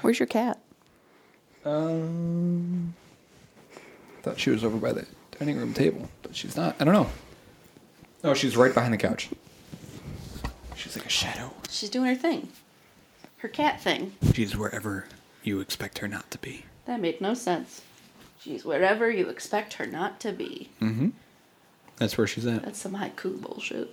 Where's your cat? Um, thought she was over by the dining room table, but she's not. I don't know. Oh, she's right behind the couch. She's like a shadow. She's doing her thing. Her cat thing. She's wherever you expect her not to be. That made no sense. She's wherever you expect her not to be. That's where she's at. That's some haiku bullshit.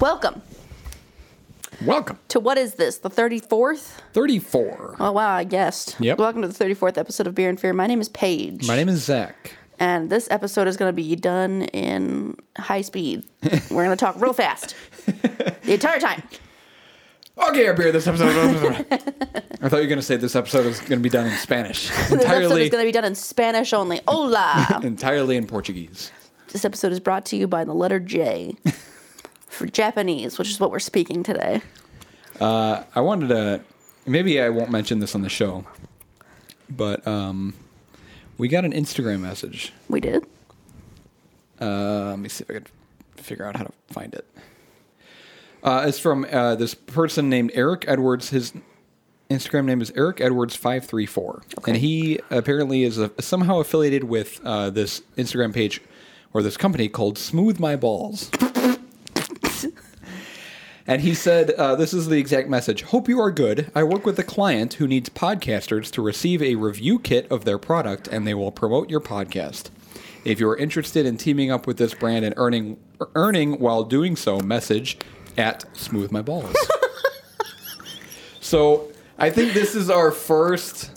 Welcome Welcome. to what is this? The 34th? 34. Oh, wow, I guessed. Yep. Welcome to the 34th episode of Beer and Fear. My name is Paige. My name is Zach. and this episode is going to be done in high speed. We're going to talk real fast the entire time. Okay, our beer this episode. I thought you were going to say this episode is going to be done in Spanish. This episode is Entirely, going to be done in Spanish only. Hola! entirely in Portuguese. this episode is brought to you by the letter J for Japanese, which is what we're speaking today. I wanted to. Maybe I won't mention this on the show, but um, we got an Instagram message. We did. Uh, let me see if I can figure out how to find it. Uh, it's from uh, this person named Eric Edwards. His Instagram name is Eric Edwards five three four, and he apparently is a, somehow affiliated with uh, this Instagram page or this company called Smooth My Balls. And he said, uh, This is the exact message. Hope you are good. I work with a client who needs podcasters to receive a review kit of their product, and they will promote your podcast. If you are interested in teaming up with this brand and earning earning while doing so, message at Smooth My Balls. so I think this is our first,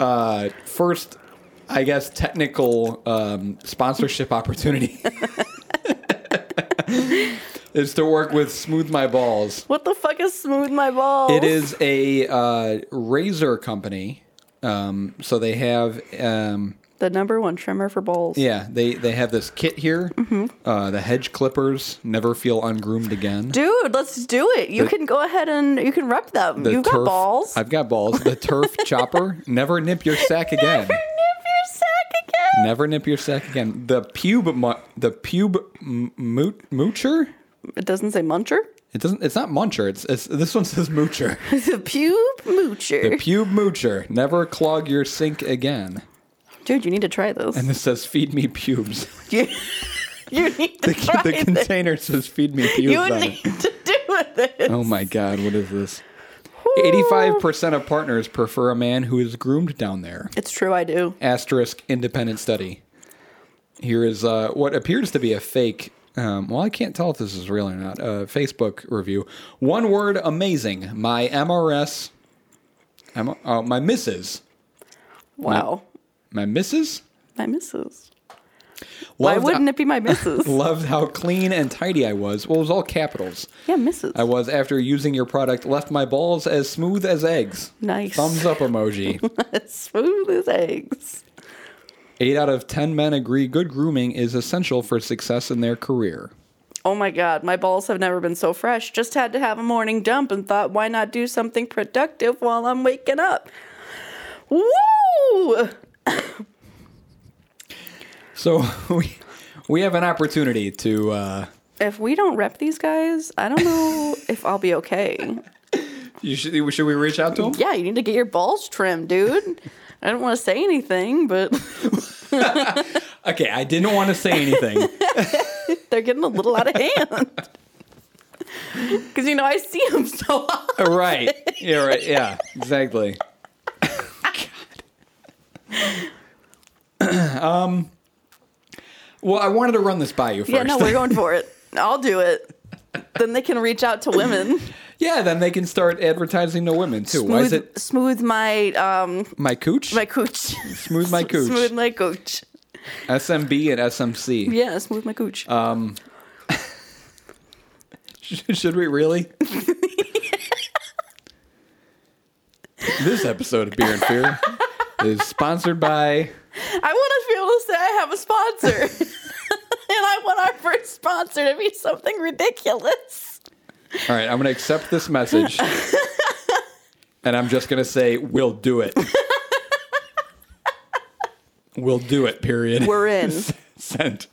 uh, first, I guess, technical um, sponsorship opportunity. is to work with Smooth My Balls. What the fuck is smooth my balls? It is a uh, razor company. Um, so they have, um, the number one trimmer for balls. yeah, they, they have this kit here. Uh, the hedge clippers never feel ungroomed again. Dude, let's Mm-hmm. do it. You The- can go ahead and you can rep them. The You've got turf- balls. I've got balls. The turf chopper. Never nip your sack Never nip again. your sack again. Never nip your sack again. The pube, mu- the pube m- moot- moocher. It doesn't say muncher. It doesn't. It's not muncher. It's, it's this one says moocher. The pube The moocher. pube moocher. Never clog your sink again. Dude, you need to try this. And this says feed me pubes. you, you need to try the this. container says feed me pubes You on need it. to do this. Oh my god, what is this? Woo. 85% of partners prefer a man who is groomed down there. It's true, I do. Asterisk independent study. Here is uh, what appears to be a fake. Um, well, I can't tell if this is real or not. Uh, Facebook review. One word amazing. My MRS. M- oh, my missus. Wow. My missus? My missus. Why Loved- wouldn't it be my missus? Loved how clean and tidy I was. Well, it was all capitals. yeah, missus. I was after using your product left my balls as smooth as eggs. Nice. Thumbs up emoji. Smooth as eggs. 8 out of 10 men agree good grooming is essential for success in their career. Oh my god, my balls have never been so fresh. Just had to have a morning dump and thought, why not do something productive while I'm waking up? Woo! So we we have an opportunity to uh If we don't rep these guys, I don't know if I'll be okay. you should should we reach out to them? Yeah, you need to get your balls trimmed, dude. I don't want to say anything, but Okay, I didn't want to say anything. they're getting a little out of hand. Because, you know, I see them so often. right. Yeah, right. Yeah, exactly. God. um well, I wanted to run this by you first. Yeah, no, we're going for it. I'll do it. Then they can reach out to women. Yeah, then they can start advertising to women too. Why is Smooth, it smooth my um my cooch? my cooch. Smooth my cooch. smooth my cooch. SMB and SMC. Yeah, smooth my cooch. Should should we really? this episode of Beer and Fear is sponsored by I want to be able to say I have a sponsor. and I want our first sponsor to be something ridiculous. All right, I'm going to accept this message. and I'm just going to say, we'll do it. we'll do it, period. We're in. Sent.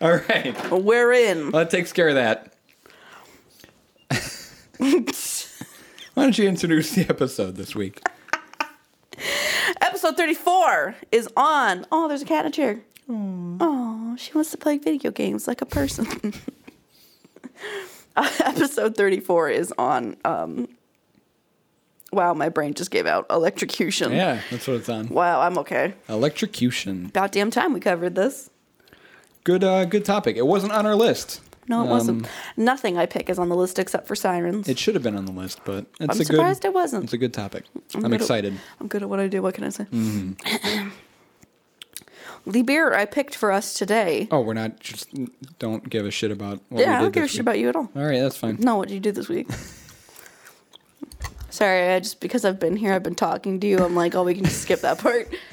All right. We're in. Well, that takes care of that. Why don't you introduce the episode this week? Episode 34 is on. Oh, there's a cat in a chair. Oh, she wants to play video games like a person. Uh, Episode 34 is on. Um, wow, my brain just gave out electrocution. Yeah, that's what it's on. Wow, I'm okay. Electrocution. About damn time we covered this. Good, uh, good topic. It wasn't on our list. No, it wasn't. Um, Nothing I pick is on the list except for sirens. It should have been on the list, but it's a I'm good. surprised it wasn't. It's a good topic. I'm, good at- excited. Mm-hmm. I'm good at what I do. What can I say? the beer I picked for us today. Oh, we're not just don't give a shit about. What we yeah, I did don't give a this shit week. about you at all. All right, that's fine. No, what did you do this week? Sorry, I just because I've been here, I've been talking to you. I'm like, oh, we can just skip that part.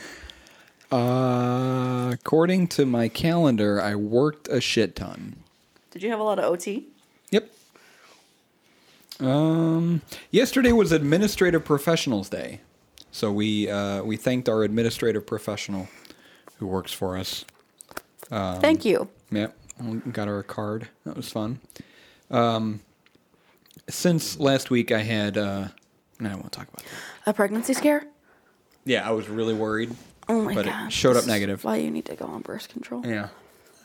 Uh, according to my calendar, I worked a shit ton. Did you have a lot of OT? Yep. Um, yesterday was Administrative Professionals Day, so we uh, we thanked our administrative professional who works for us. Um, Thank you. Yep, we got her a card. That was fun. Um, since last week, I had. Uh, no, I won't talk about that. A pregnancy scare? Yeah, I was really worried, Oh my but god! it showed this up is negative. Why you need to go on birth control? Yeah,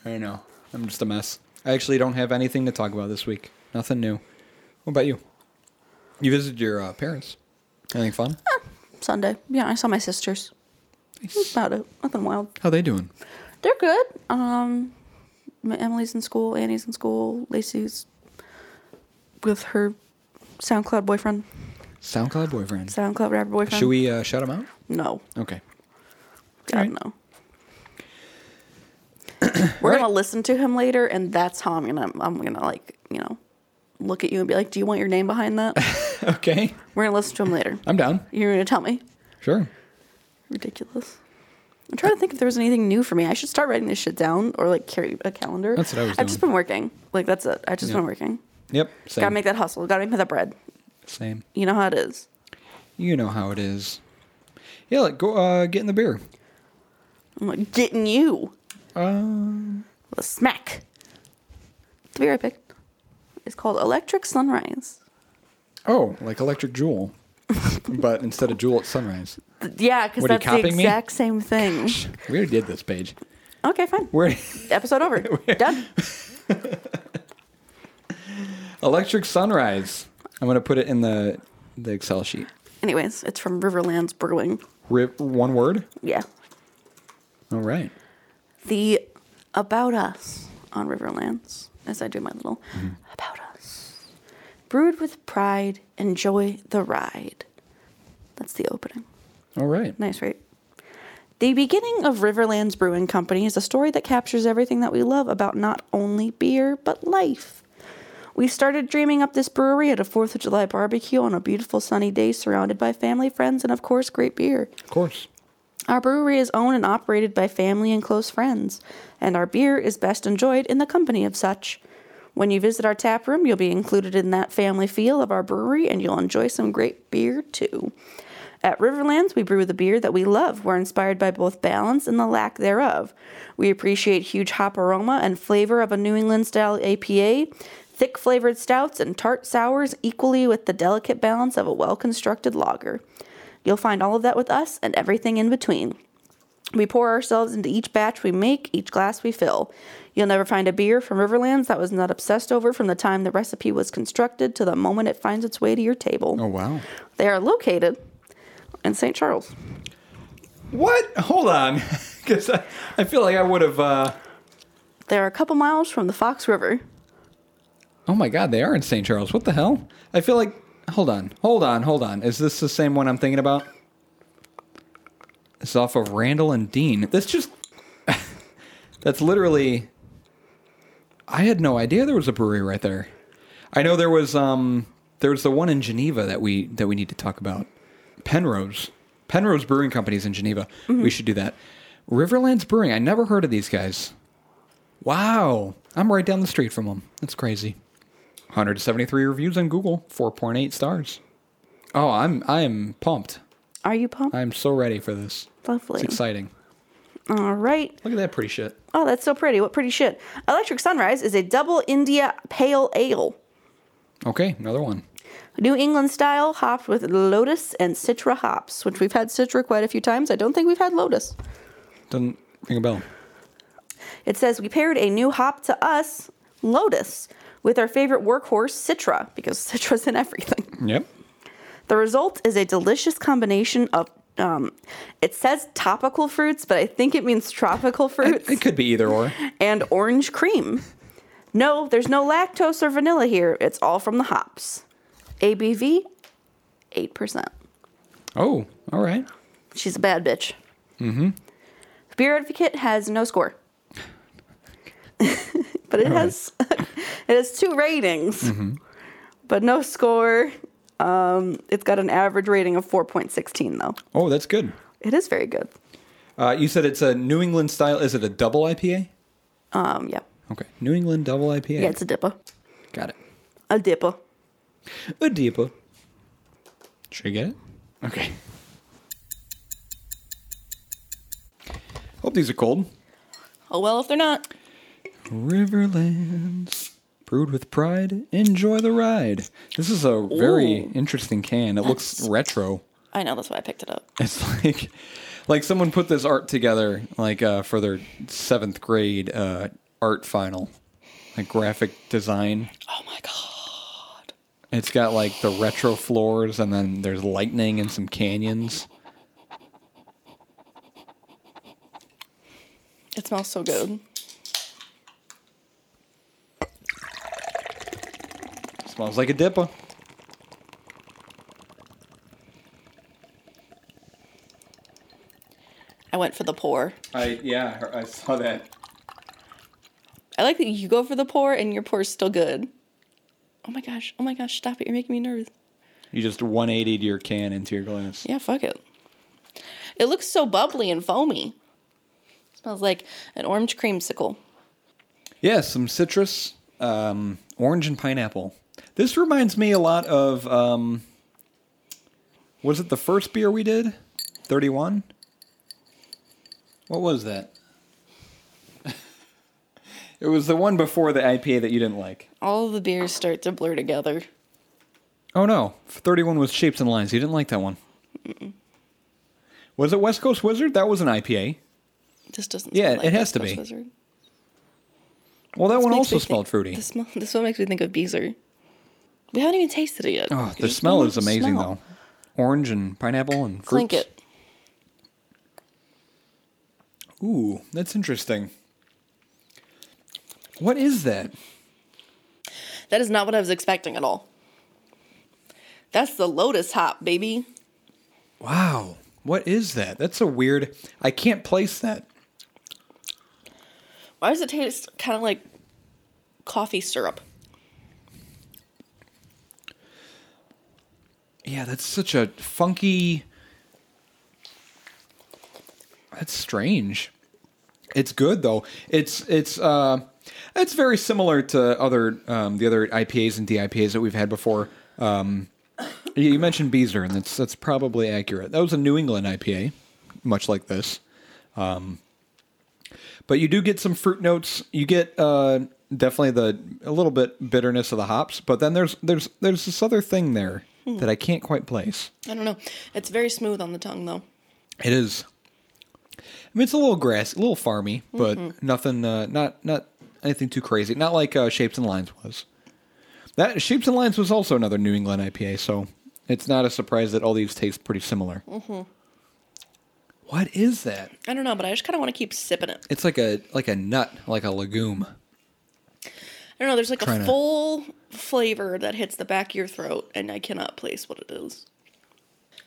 I know. I'm just a mess. I actually don't have anything to talk about this week. Nothing new. What about you? You visited your uh, parents. Anything fun? Sunday. Yeah, I saw my sisters. That's about it. Nothing wild. How they doing? They're good. Um, my Emily's in school. Annie's in school. Lacey's with her SoundCloud boyfriend. SoundCloud boyfriend. SoundCloud rapper boyfriend. Should we uh, shout him out? No, Okay. God Alright. no. We're Alright. gonna listen to him later, and that's how I'm gonna. I'm gonna like you know, look at you and be like, "Do you want your name behind that?" Okay. We're gonna listen to him later. I'm down. You're gonna tell me. Sure. Ridiculous. I'm trying to think if there was anything new for me. I should start writing this shit down or like carry a calendar. That's what I was I've just doing. been working. Like that's it. I've just Yeah. been working. Yep. Same. Gotta make that hustle. Gotta make that bread. Same. You know how it is. You know how it is. Yeah, like, go uh, get in the beer. I'm like getting you Um, with a smack. The beer I picked is called Electric Sunrise. oh, like Electric Jewel, but instead of Jewel, it's Sunrise. Th- Yeah, because What, are you that's the copying me? exact same thing. We already did this page. Okay, fine. We're Episode over. Done. Electric Sunrise. I'm gonna put it in the the Excel sheet. Anyways, it's from Riverlands Brewing. Rip one word. Yeah. All right. the About Us on Riverlands, as I do my little Mm-hmm. About Us. Brewed with pride, enjoy the ride. That's the opening. All right. Nice, right? The beginning of Riverlands Brewing Company is a story that captures everything that we love about not only beer, but life. We started dreaming up this brewery at a 4th of July barbecue on a beautiful sunny day, surrounded by family, friends, and of course, great beer. Of course. Our brewery is owned and operated by family and close friends, and our beer is best enjoyed in the company of such. When you visit our tap room, you'll be included in that family feel of our brewery, and you'll enjoy some great beer too. At Riverlands, we brew the beer that we love. We're inspired by both balance and the lack thereof. We appreciate huge hop aroma and flavor of a New England style APA, thick flavored stouts, and tart sours, equally with the delicate balance of a well constructed lager. You'll find all of that with us and everything in between. We pour ourselves into each batch we make, each glass we fill. You'll never find a beer from Riverlands that was not obsessed over from the time the recipe was constructed to the moment it finds its way to your table. Oh wow. They are located in St. Charles. What? Hold on, because I, I feel like I would have. Uh... They are a couple miles from the Fox River. Oh my God, they are in St. Charles. What the hell? I feel like. Hold on. Hold on. Hold on. Is this the same one I'm thinking about? This is off of Randall and Dean. That's just. That's literally. I had no idea there was a brewery right there. I know there was um there was the one in Geneva that we that we need to talk about. Penrose. Penrose Brewing Company's in Geneva. We should do that. Riverlands Brewing. I never heard of these guys. Wow. I'm right down the street from them. That's crazy. 173 reviews on Google, 4.8 stars. Oh, I'm I am pumped. Are you pumped? I'm so ready for this. It's Lovely. exciting. All right. Look at that pretty shit. Oh, that's so pretty. What pretty shit. Electric Sunrise is a double India pale ale. Okay, another one. New England style, hopped with lotus and citra hops, which we've had citra quite a few times. I don't think we've had lotus. Doesn't ring a bell. It says we paired a new hop to us, lotus, with our favorite workhorse, citra, because citra's in everything. Yep. The result is a delicious combination of um, it says topical fruits, but I think it means tropical fruits It could be either or. and orange cream. No, there's no lactose or vanilla here. It's all from the hops. ABV, 8%. Oh, all right. She's a bad bitch. Mm-hmm. Beer Advocate has no score. but it has it has two ratings. But no score. Um, it's got an average rating of 4.16 though. Oh, that's good. It is very good. Uh, you said it's a New England style. Is it a double IPA? Um, yeah. Okay, New England double IPA. Yeah, it's a dipper. Got it. A dipper. A deeper. Should I get it? Okay. Hope these are cold. Oh well, if they're not. Riverlands. Brewed with pride. Enjoy the ride. This is a very Ooh. interesting can. It looks retro. I know that's why I picked it up. It's like like someone put this art together like uh, for their seventh grade uh, art final. Like graphic design. Oh my god. It's got like the retro floors, and then there's lightning and some canyons. It smells so good. Smells like a dipper. I went for the pour. I yeah, I saw that. I like that you go for the pour and your pour's still good. Oh my gosh. Oh my gosh. Stop it. You're making me nervous. You just 180 your can into your glass. Yeah, fuck it. It looks so bubbly and foamy. smells like an orange creamsicle. Yeah, some citrus, um, orange and pineapple. This reminds me a lot of um, was it the first beer we did? 31. What was that? it was the one before the IPA that you didn't like. All the beers start to blur together. Oh no, 31 was Shapes and Lines. You didn't like that one. Was it West Coast Wizard? That was an IPA. This doesn't. Yeah, smell like it has to Ghost be. Wizard. Well, that one Makes me also think- smelled fruity. The smell, this one makes me think of Beezer. We haven't even tasted it yet. oh, the You're just smell going is with the amazing smell. though. Orange and pineapple and fruits. Clink it. Ooh, that's interesting. What is that? That is not what I was expecting at all. That's the lotus hop, baby. Wow. What is that? That's a weird. I can't place that. Why does it taste kind of like coffee syrup? Yeah, that's such a funky. That's strange. It's good though. It's it's uh, it's very similar to other um, the other IPAs and DIPAs that we've had before. Um, you you mentioned Beezer, and that's that's probably accurate. That was a New England IPA, much like this. but you do get some fruit notes. You get uh, definitely the a little bit bitterness of the hops, but then there's there's there's this other thing there that I can't quite place. I don't know. It's very smooth on the tongue though. It is. I mean, it's a little grass, a little farmy, but nothing, uh, not not anything too crazy. Not like uh, Shapes and Lines was. That Shapes and Lines was also another New England IPA, so it's not a surprise that all these taste pretty similar. What is that? I don't know, but I just kind of want to keep sipping it. It's like a like a nut, like a legume. I don't know. There's like Trying a to- full flavor that hits the back of your throat, and I cannot place what it is.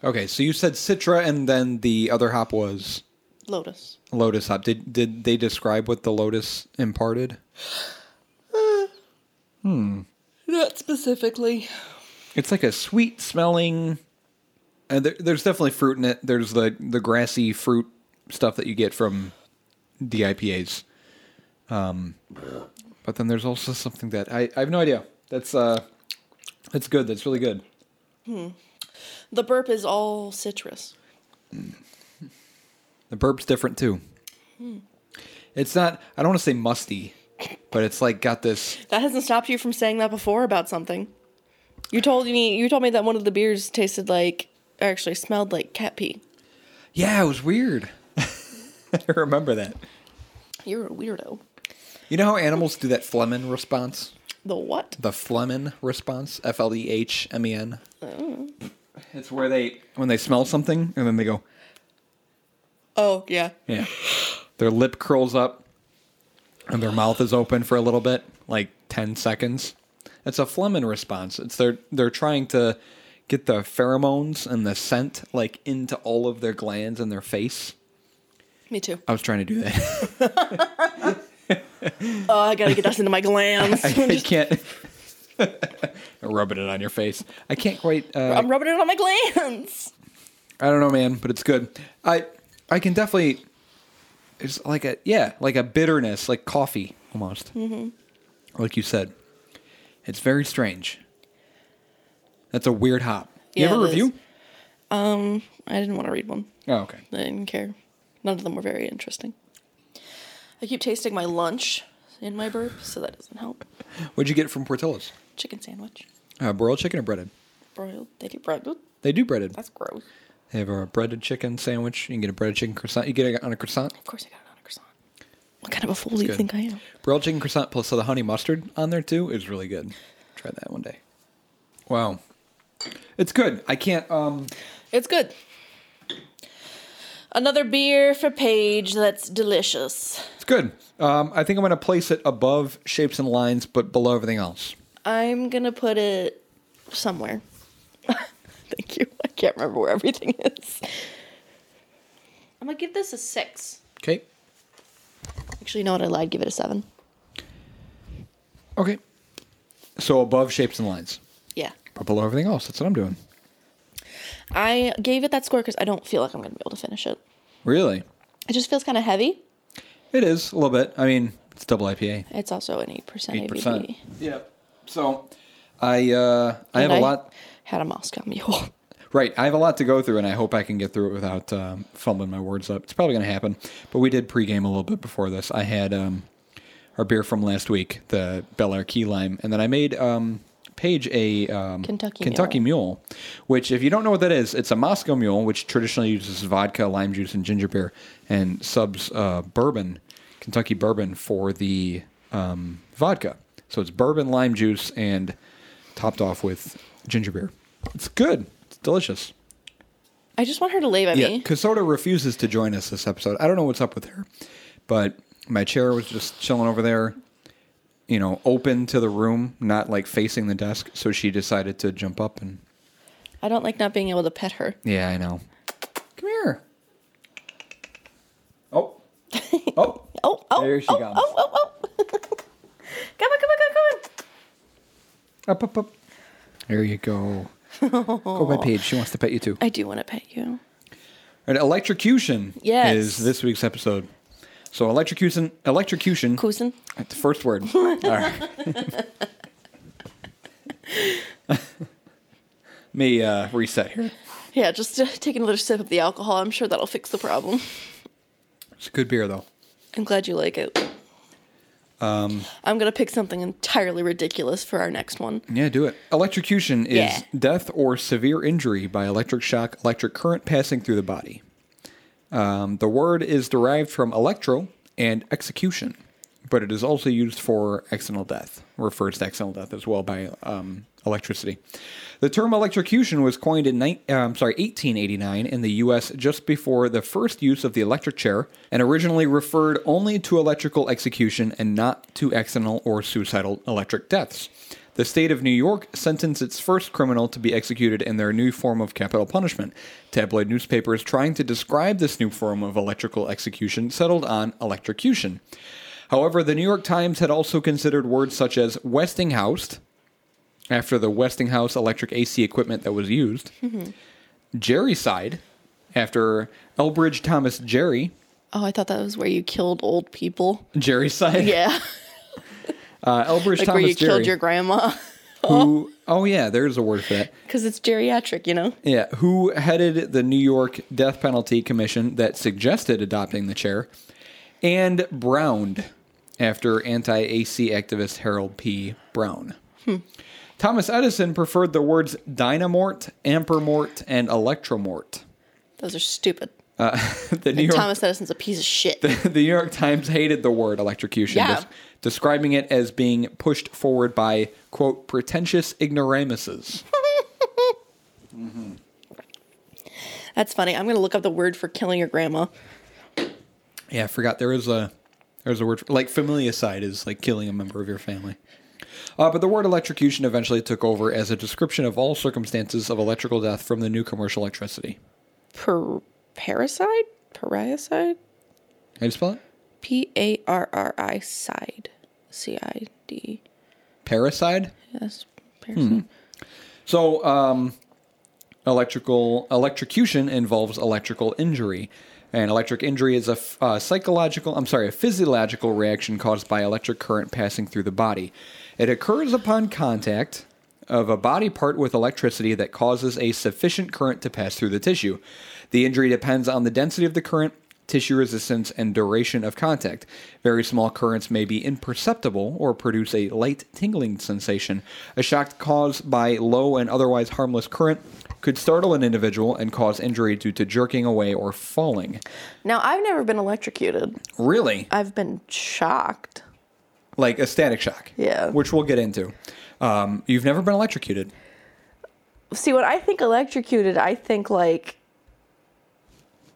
Okay, so you said Citra, and then the other hop was Lotus. Lotus hop. Did did they describe what the Lotus imparted? Uh, Hmm. Not specifically. It's like a uh, sweet smelling. And there, there's definitely fruit in it. There's the the grassy fruit stuff that you get from the IPAs. Um, but then there's also something that I, I have no idea. That's uh, that's good. That's really good. The burp is all citrus. The burp's different too. It's not. I don't want to say musty, but it's like got this. That hasn't stopped you from saying that before about something. You told me you told me that one of the beers tasted like or actually smelled like cat pee. Yeah, it was weird. I remember that. You're a weirdo. You know how animals do that Flemin response? The what? The Flemin response, F L E H M E N. It's where they when they smell something and then they go, Oh yeah. yeah. Their lip curls up and their mouth is open for a little bit, like 10 seconds. It's a Flemin response. It's they're they're trying to get the pheromones and the scent like into all of their glands and their face. Me too. I was trying to do that. Oh, I gotta get that into my glands. I, I can't. rubbing it on your face. I can't quite. Uh, I'm rubbing it on my glands. I don't know, man, but it's good. I I can definitely. It's like a yeah, like a bitterness, like coffee almost. Mm-hmm. Like you said, it's very strange. That's a weird hop. You Yeah, have a it is. review? I didn't want to read one. Oh, okay. I didn't care. None of them were very interesting. I keep tasting my lunch in my burp, so that doesn't help. What'd you get from Portillo's? Chicken sandwich, Uh, broiled chicken or breaded? broiled. They do broiled. They do breaded. That's gross. They have a breaded chicken sandwich. You can get a breaded chicken croissant. You get it on a croissant. Of course, I got it on a croissant. What kind of a fool do you good. think I am? Broiled chicken croissant plus uh, the honey mustard on there too is really good. Try that one day. Wow. It's good. I can't um It's good. Another beer for Paige that's delicious. it's good. Um I think I'm gonna place it above shapes and lines but below everything else. I'm gonna put it somewhere. Thank you. I can't remember where everything is. I'm gonna give this a six. Okay. Actually, you know what? I lied. Give it a seven. Okay. So above shapes and lines. Yeah. But below everything else. That's what I'm doing. I gave it that score because I don't feel like I'm going to be able to finish it. Really? It just feels kind of heavy. It is a little bit. I mean, it's double IPA. It's also an 8% 8%. Eight ABV. percent. Yeah. So I uh I have And a I lot Had a Moscow Mule. Right. I have a lot to go through, and I hope I can get through it without um, fumbling my words up. It's probably going to happen. But we did pregame a little bit before this. I had um, our beer from last week, the Bel Air Key Lime, and then I made um, Paige a um, Kentucky Kentucky mule. which, if you don't know what that is, it's a Moscow Mule, which traditionally uses vodka, lime juice, and ginger beer, and subs uh, bourbon, Kentucky bourbon, for the um, vodka. So it's bourbon, lime juice, and topped off with ginger beer. It's good. It's delicious. I just want her to lay by Yeah, me. Casoda refuses to join us this episode. I don't know what's up with her, but my chair was just chilling over there, you know, open to the room, not like facing the desk. So she decided to jump up and I don't like not being able to pet her. yeah, I know. Come here. Oh, oh, Oh, oh, There she oh, comes. oh, oh, oh. come on, come on, come on, come up, up, up. There you go. Go by Paige. She wants to pet you too. on. I do want to pet you. An electrocution Yes. is this week's episode. So electrocution, electrocution. Cousin. That's the first word. All right. Me uh, reset here. Yeah, just uh, take another sip of the alcohol. I'm sure that'll fix the problem. It's a good beer though. I'm glad you like it. Um, Um, I'm going to pick something entirely ridiculous for our next one. Yeah, do it. Electrocution is Yeah. death or severe injury by electric shock, electric current passing through the body. Um, the word is derived from electro and execution, but it is also used for accidental death, refers to accidental death as well by um, electricity. The term electrocution was coined in nine, um, sorry, 1889 in the U.S. just before the first use of the electric chair and originally referred only to electrical execution and not to accidental or suicidal electric deaths. The state of New York sentenced its first criminal to be executed in their new form of capital punishment. Tabloid newspapers trying to describe this new form of electrical execution settled on electrocution. However, the New York Times had also considered words such as Westinghouse, Mm-hmm. after the Westinghouse electric AC equipment that was used, Jerry side, after Elbridge Thomas Jerry, Oh, I thought that was where you killed old people. Jerry's side. Yeah. Uh, Elbridge like Thomas where you Jerry. killed your grandma. who, oh, yeah, there's a word for that. Because it's geriatric, you know? Yeah, who headed the New York Death Penalty Commission that suggested adopting the chair, and Browned after anti AC activist Harold P. Brown. Hmm. Thomas Edison preferred the words dynamort, ampermort, and electromort. Those are stupid. Uh, the, New And York, Thomas Edison's a piece of shit. the New York Times hated the word electrocution, Yeah. des- describing it as being pushed forward by, quote, pretentious ignoramuses. That's funny. I'm going to look up the word for killing your grandma. Yeah, I forgot there was a there was a word for, like familicide is like killing a member of your family. Uh, but the word electrocution eventually took over as a description of all circumstances of electrical death from the new commercial electricity. Per- parasite? Parasite? How do you spell it? P A R R I side. C I D. Paraside. Yes. Parasite. So, um, electrical electrocution involves electrical injury, and electric injury is a f- uh, psychological, I'm sorry, a physiological reaction caused by electric current passing through the body. It occurs upon contact of a body part with electricity that causes a sufficient current to pass through the tissue. The injury depends on the density of the current. Tissue resistance and duration of contact. Very small currents may be imperceptible or produce a light tingling sensation. A shock caused by low and otherwise harmless current could startle an individual and cause injury due to jerking away or falling. Now, I've never been electrocuted. Really? I've been shocked. Like a static shock. Yeah. Which we'll get into. Um, you've never been electrocuted. See, when I think electrocuted, I think like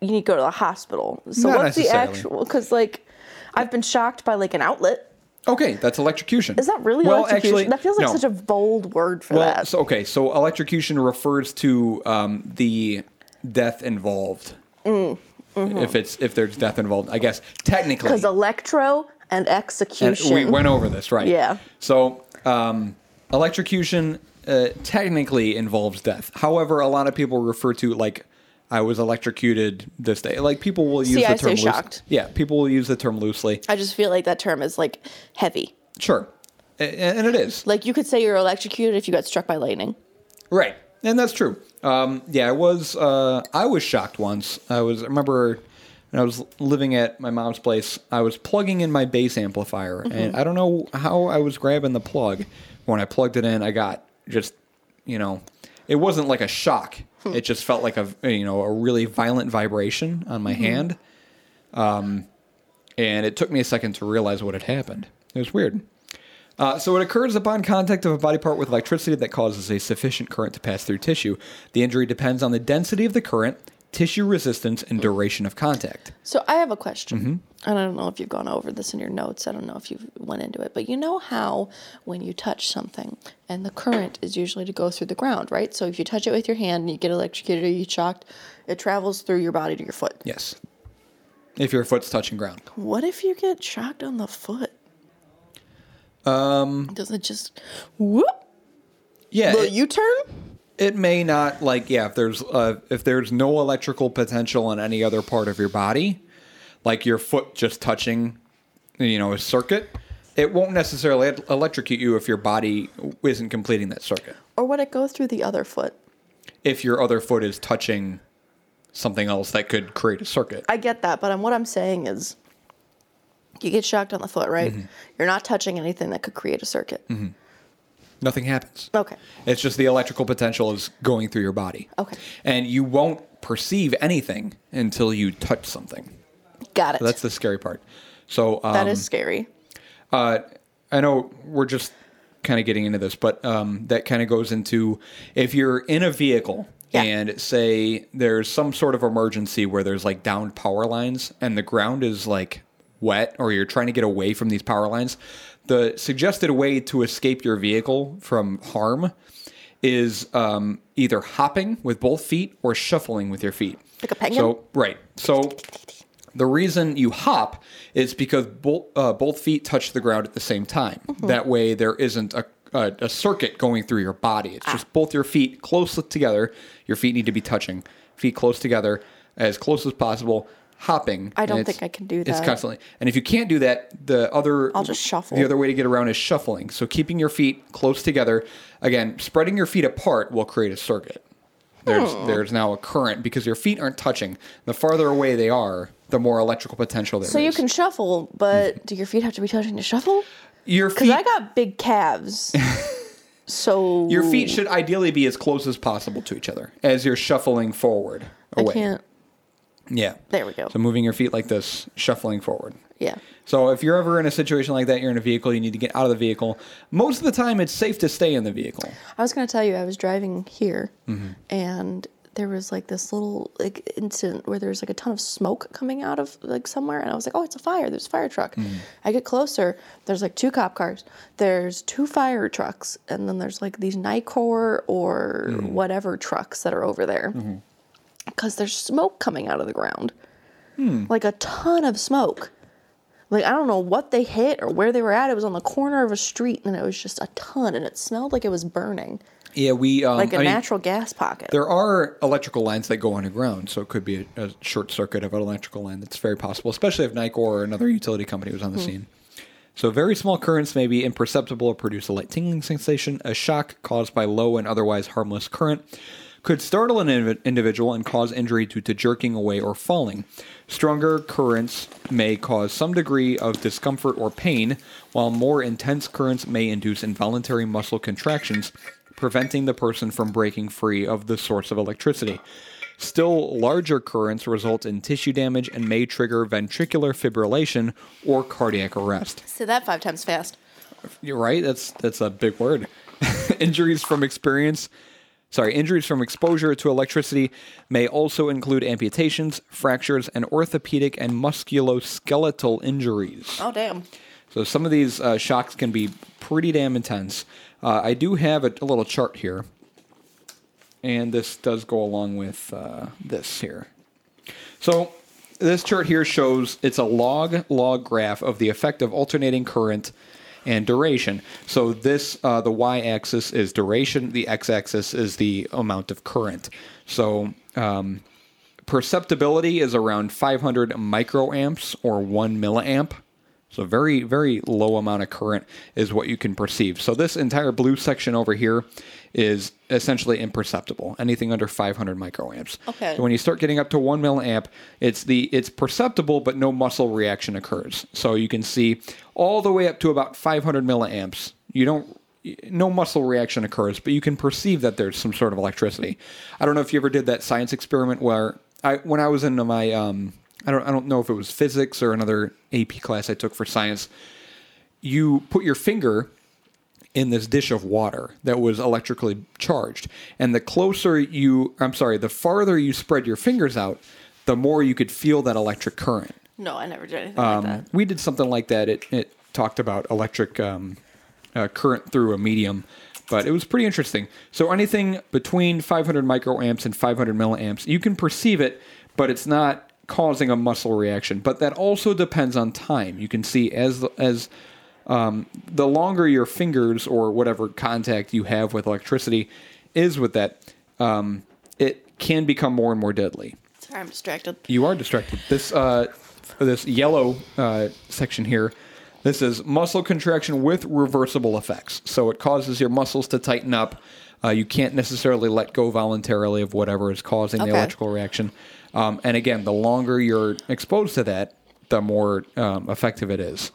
you need to go to the hospital. So Not what's the necessarily. actual? Because like I've been shocked by like an outlet. Okay, that's electrocution. Is that really well, electrocution? Actually, that feels like no. such a bold word for Well, that. so, okay, so electrocution refers to um, the death involved. Mm, If it's if there's death involved, I guess technically. mm-hmm. Because electro and And execution. we went over this, right? Yeah. So um, electrocution uh, technically involves death. However, a lot of people refer to like I was electrocuted this day. Like people will use See, the I term say loose- shocked. Yeah, people will use the term loosely. I just feel like that term is like heavy. Sure, A- a- and it is. Like you could say you're electrocuted if you got struck by lightning. Right, and that's true. Um, yeah, I was uh, I was shocked once. I was I remember when I was living at my mom's place. I was plugging in my bass amplifier, and I don't know how I was grabbing the plug. When I plugged it in, I got just you know, it wasn't like a shock. It just felt like a you know a really violent vibration on my hand, um, and it took me a second to realize what had happened. It was weird. Uh, so it occurs upon contact of a body part with electricity that causes a sufficient current to pass through tissue. The injury depends on the density of the current, tissue resistance, and duration of contact. So I have a question, and I don't know if you've gone over this in your notes. I don't know if you have went into it, but you know how when you touch something, and the current is usually to go through the ground, right? So if you touch it with your hand and you get electrocuted or you shocked, it travels through your body to your foot. Yes. If your foot's touching ground. What if you get shocked on the foot? Um, does it just whoop? Yeah. Will it- you turn? it may not like yeah if there's uh, if there's no electrical potential in any other part of your body like your foot just touching you know a circuit it won't necessarily el- electrocute you if your body isn't completing that circuit Or would it go through the other foot? if your other foot is touching something else that could create a circuit I get that, but I'm, what I'm saying is you get shocked on the foot, right? You're not touching anything that could create a circuit. nothing happens Okay. it's just the electrical potential is going through your body Okay. and you won't perceive anything until you touch something Got it. that's the scary part so um, That is scary. uh, I know we're just kind of getting into this, but um, that kind of goes into if you're in a vehicle Yeah. and say there's some sort of emergency where there's like downed power lines and the ground is like wet or you're trying to get away from these power lines, the suggested way to escape your vehicle from harm is um, either hopping with both feet or shuffling with your feet. Like a penguin? So, right. So the reason you hop is because both uh, both feet touch the ground at the same time. Mm-hmm. That way, there isn't a, a a circuit going through Ah. your body. It's just both your feet close together. Your feet need to be touching. Feet close together. as close as possible, hopping. I don't and it's- think I can do It's that. constantly, and if you can't do that, the other I'll just shuffle. The other way to get around is shuffling. So keeping your feet close together. Again, spreading your feet apart will create a circuit. There's there's now a current because your feet aren't touching. The farther away they are, the more electrical potential there is. So you can shuffle, but do your feet have to be touching to shuffle? your Because feet I got big calves. so your feet should ideally be as close as possible to each other as you're shuffling forward I away. can't. Yeah. There we go. So moving your feet like this, shuffling forward. Yeah. So if you're ever in a situation like that, you're in a vehicle, you need to get out of the vehicle. Most of the time, it's safe to stay in the vehicle. I was gonna tell you I was driving here, and there was like this little like incident where there was like a ton of smoke coming out of like somewhere, and I was like, oh, it's a fire. There's a fire truck. I get closer. There's like two cop cars. There's two fire trucks, and then there's like these Nicor or whatever trucks that are over there, because there's smoke coming out of the ground, like a ton of smoke. Like I don't know what they hit or where they were at. It was on the corner of a street, and it was just a ton, and it smelled like it was burning Yeah, we um, like a I mean, natural gas pocket. There are electrical lines that go underground, so it could be a, a short circuit of an electrical line. That's very possible, especially if Nicor or another utility company was on the scene. So very small currents may be imperceptible or produce a light tingling sensation. A shock caused by low and otherwise harmless current could startle an inv- individual and cause injury due to jerking away or falling. Stronger currents may cause some degree of discomfort or pain, while more intense currents may induce involuntary muscle contractions, preventing the person from breaking free of the source of electricity. Still larger currents result in tissue damage and may trigger ventricular fibrillation or cardiac arrest. Say that five times fast. You're right. That's that's a big word. injuries from experience, sorry, injuries from exposure to electricity may also include amputations, fractures, and orthopedic and musculoskeletal injuries. Oh damn. So some of these uh, shocks can be pretty damn intense. Uh, I do have a, a little chart here, and this does go along with uh, this here. So this chart here shows it's a log log graph of the effect of alternating current and duration. So this uh, the y axis is duration, the x axis is the amount of current. So um, perceptibility is around 500 microamps or one milliamp. So very very low amount of current is what you can perceive. So this entire blue section over here is essentially imperceptible. Anything under 500 microamps. Okay. So when you start getting up to one milliamp, it's the it's perceptible, but no muscle reaction occurs. So you can see all the way up to about 500 milliamps. You don't no muscle reaction occurs, but you can perceive that there's some sort of electricity. I don't know if you ever did that science experiment where I when I was in my um I don't I don't know if it was physics or another AP class I took for science. You put your finger in this dish of water that was electrically charged. And the closer you, I'm sorry, the farther you spread your fingers out, the more you could feel that electric current. No, I never did anything like Um, We did something like that. It, it talked about electric um, uh, current through a medium, but it was pretty interesting. So anything between 500 microamps and 500 milliamps, you can perceive it, but it's not causing a muscle reaction. But that also depends on time. You can see as as um, the longer your fingers or whatever contact you have with electricity is with that, um, it can become more and more deadly. that. Sorry, I'm distracted. You are distracted. This uh, this yellow uh, section here, this is muscle contraction with reversible effects. So it causes your muscles to tighten up. Uh, you can't necessarily let go voluntarily of whatever is causing the Okay. electrical reaction. Um, and again, the longer you're exposed to that, the more um, effective it is.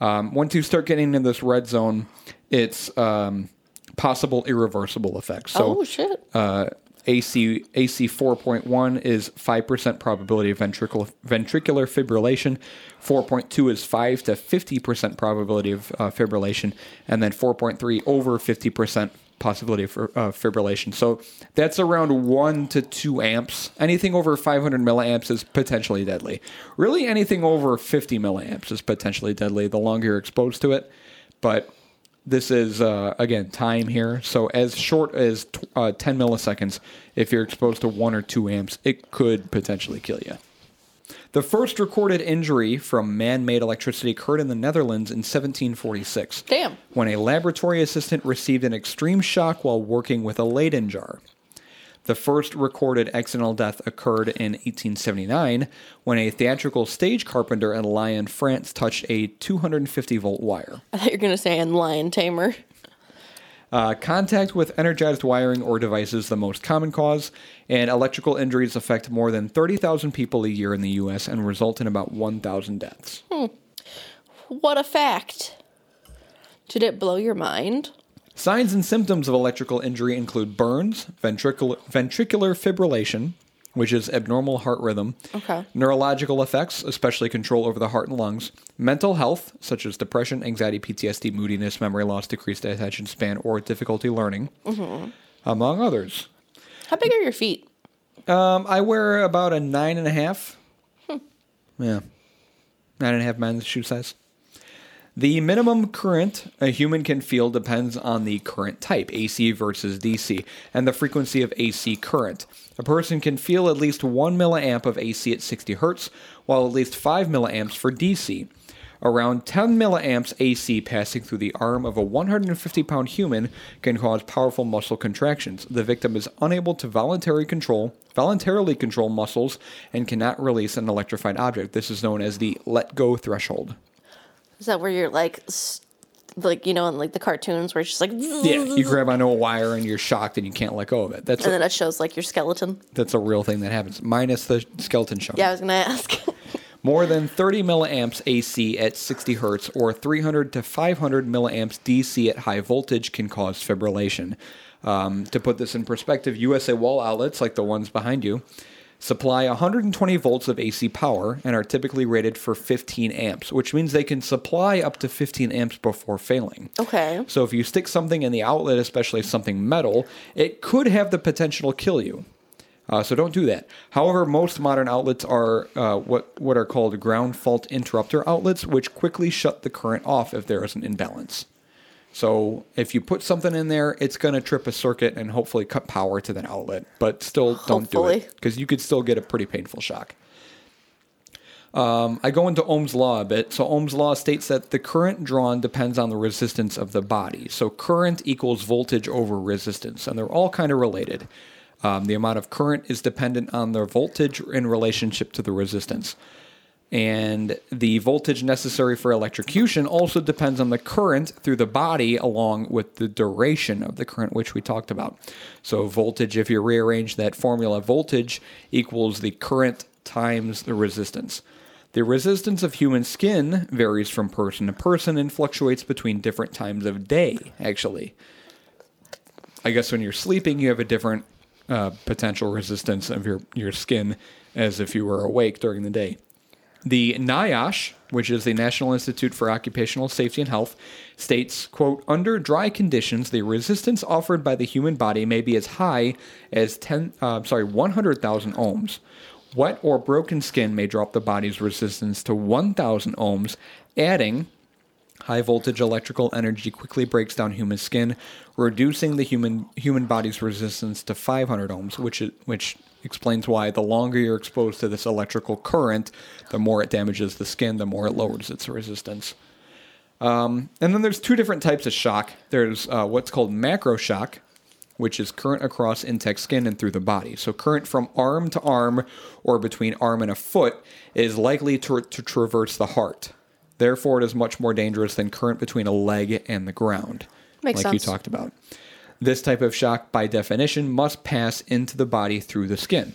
Um, once you start getting in this red zone, it's um, possible irreversible effects. So oh shit. uh, AC AC 4.1 is 5% probability of ventricular ventricular fibrillation. 4.2 is 5 to 50% probability of uh, fibrillation, and then 4.3 over 50% possibility of uh, fibrillation. So that's around one to two amps. Anything over 500 milliamps is potentially deadly. Really, anything over 50 milliamps is potentially deadly. The longer you're exposed to it, but this is uh, again time here. So as short as t- uh, 10 milliseconds, if you're exposed to one or two amps, it could potentially kill you. The first recorded injury from man-made electricity occurred in the Netherlands in 1746. Damn. When a laboratory assistant received an extreme shock while working with a Leyden jar. The first recorded accidental death occurred in 1879 when a theatrical stage carpenter in Lyon, France, touched a 250 volt wire. I thought you were gonna say and lion tamer. Uh, contact with energized wiring or devices, the most common cause, and electrical injuries affect more than 30,000 people a year in the U.S. and result in about 1,000 deaths. What a fact! Did it blow your mind? Signs and symptoms of electrical injury include burns, ventricular, ventricular fibrillation, which is abnormal heart rhythm, Okay. neurological effects, especially control over the heart and lungs, mental health, such as depression, anxiety, PTSD, moodiness, memory loss, decreased attention span, or difficulty learning, among others. How big are your feet? Um, I wear about a nine and a half. Yeah. Nine and a half men's shoe size. The minimum current a human can feel depends on the current type, AC versus DC, and the frequency of AC current. A person can feel at least 1 milliamp of AC at 60 hertz, while at least 5 milliamps for DC. Around 10 milliamps AC passing through the arm of a 150 pound human can cause powerful muscle contractions. The victim is unable to voluntarily control, voluntarily control muscles and cannot release an electrified object. This is known as the let go threshold. Is that where you're like, s- like you know, in like the cartoons where it's just like, Yeah, you grab onto a wire and you're shocked and you can't let go of it. That's and a, then it shows like your skeleton. that's a real thing that happens. Minus the skeleton shock. Yeah, I was gonna ask. More than 30 milliamps AC at 60 hertz or 300 to 500 milliamps DC at high voltage can cause fibrillation. Um, to put this in perspective, USA wall outlets like the ones behind you supply 120 volts of AC power and are typically rated for 15 amps, which means they can supply up to 15 amps before failing. okay. So if you stick something in the outlet, especially something metal, it could have the potential to kill you. Uh, so don't do that. However, most modern outlets are uh, what what are called ground fault interrupter outlets, which quickly shut the current off if there is an imbalance. So if you put something in there, it's going to trip a circuit and hopefully cut power to that outlet. But still, don't do Hopefully. it because you could still get a pretty painful shock. Um, I go into Ohm's law a bit. So Ohm's law states that the current drawn depends on the resistance of the body. So current equals voltage over resistance, and they're all kind of related. Um, the amount of current is dependent on the voltage in relationship to the resistance. And the voltage necessary for electrocution also depends on the current through the body, along with the duration of the current, which we talked about. So, voltage, if you rearrange that formula, voltage equals the current times the resistance. The resistance of human skin varies from person to person and fluctuates between different times of day, actually. I guess when you're sleeping, you have a different uh, potential resistance of your, your skin as if you were awake during the day. The NIOSH, which is the National Institute for Occupational Safety and Health, states, quote, under dry conditions, the resistance offered by the human body may be as high as 10, uh, sorry, 100,000 ohms. Wet or broken skin may drop the body's resistance to 1,000 ohms, adding High voltage electrical energy quickly breaks down human skin, reducing the human human body's resistance to 500 ohms, which is, which explains why the longer you're exposed to this electrical current, the more it damages the skin, the more it lowers its resistance. Um, and then there's two different types of shock. There's uh, what's called macro shock, which is current across intact skin and through the body. So current from arm to arm or between arm and a foot is likely to, to traverse the heart. Therefore, it is much more dangerous than current between a leg and the ground, Makes like you sense. talked about. This type of shock, by definition, must pass into the body through the skin.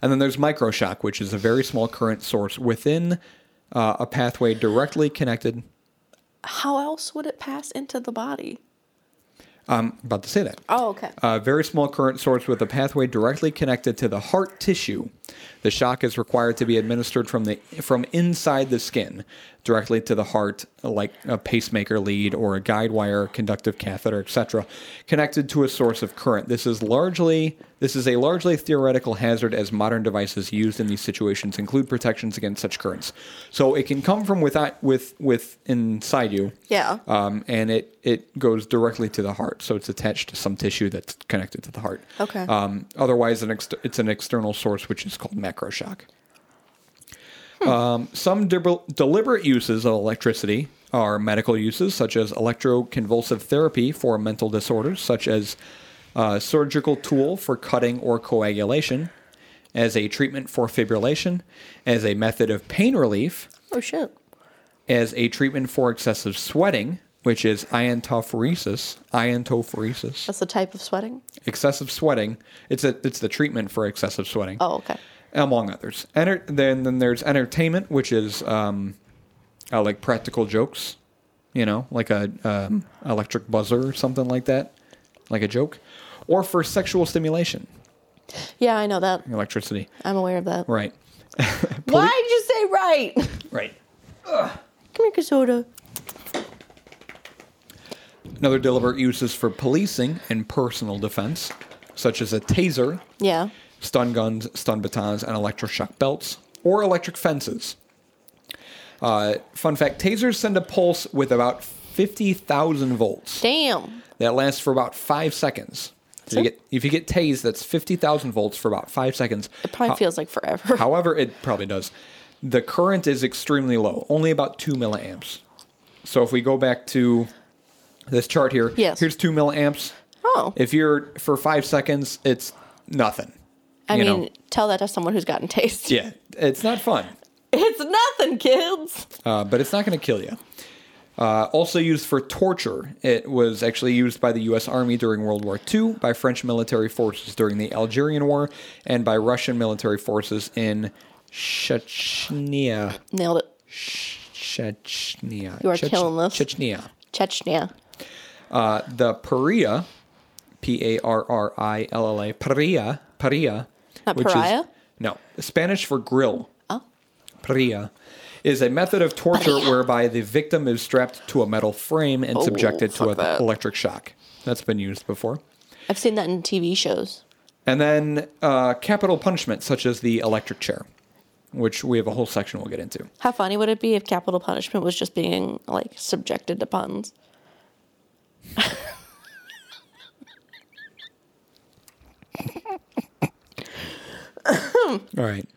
And then there's microshock, which is a very small current source within uh, a pathway directly connected How else would it pass into the body? I'm about to say that. Oh, okay. A very small current source with a pathway directly connected to the heart tissue. The shock is required to be administered from the from inside the skin directly to the heart, like a pacemaker lead or a guide wire, conductive catheter, etc., connected to a source of current. This is largely this is a largely theoretical hazard as modern devices used in these situations include protections against such currents. So it can come from without with with inside you Yeah. um, and it it goes directly to the heart, so it's attached to some tissue that's connected to the heart. Okay. Um, otherwise, an ext- it's an external source, which is called macro shock. Hmm. Um, some debr- deliberate uses of electricity are medical uses, such as electroconvulsive therapy for mental disorders, such as a surgical tool for cutting or coagulation, as a treatment for fibrillation, as a method of pain relief, Oh shit. as a treatment for excessive sweating, which is iontophoresis, iontophoresis, That's the type of sweating. excessive sweating. It's a, it's the treatment for excessive sweating Oh okay. among others. Enter- then then there's entertainment, which is um, uh, like practical jokes, you know, like a um, electric buzzer or something like that, like a joke, or for sexual stimulation, Yeah, I know that. electricity. I'm aware of that. Right, Why did you say right? right. Come here, Casoda. Another deliberate use is for policing and personal defense, such as a taser, Yeah. stun guns, stun batons, and electroshock belts, or electric fences. Uh, fun fact: tasers send a pulse with about fifty thousand volts. Damn. that lasts for about five seconds. So you So- get, if you get tased, that's 50,000 volts for about five seconds. It probably How- feels like forever. However, it probably does. The current is extremely low, only about two milliamps. So if we go back to this chart here, Yes. here's two milliamps. oh. If you're for five seconds, it's nothing. I you mean, know. tell that to someone who's gotten taste. Yeah, it's not fun, It's nothing, kids. uh, but it's not going to kill you. Uh, also used for torture, it was actually used by the U.S. Army during World War II, by French military forces during the Algerian War, and by Russian military forces in Chechnya. Nailed it. Chechnya. You are killing this. Chechnya. Chechnya. Uh, the Paria, P A R R I L L A, Paria, Paria. Not which is- pariah? no, Spanish for grill. Oh. Paria is a method of torture whereby the victim is strapped to a metal frame and Oh, subjected to fuck an that. electric shock. That's been used before. I've seen that in TV shows. And then uh, capital punishment, such as the electric chair, which we have a whole section we'll get into. How funny would it be if capital punishment was just being like subjected to puns? All right.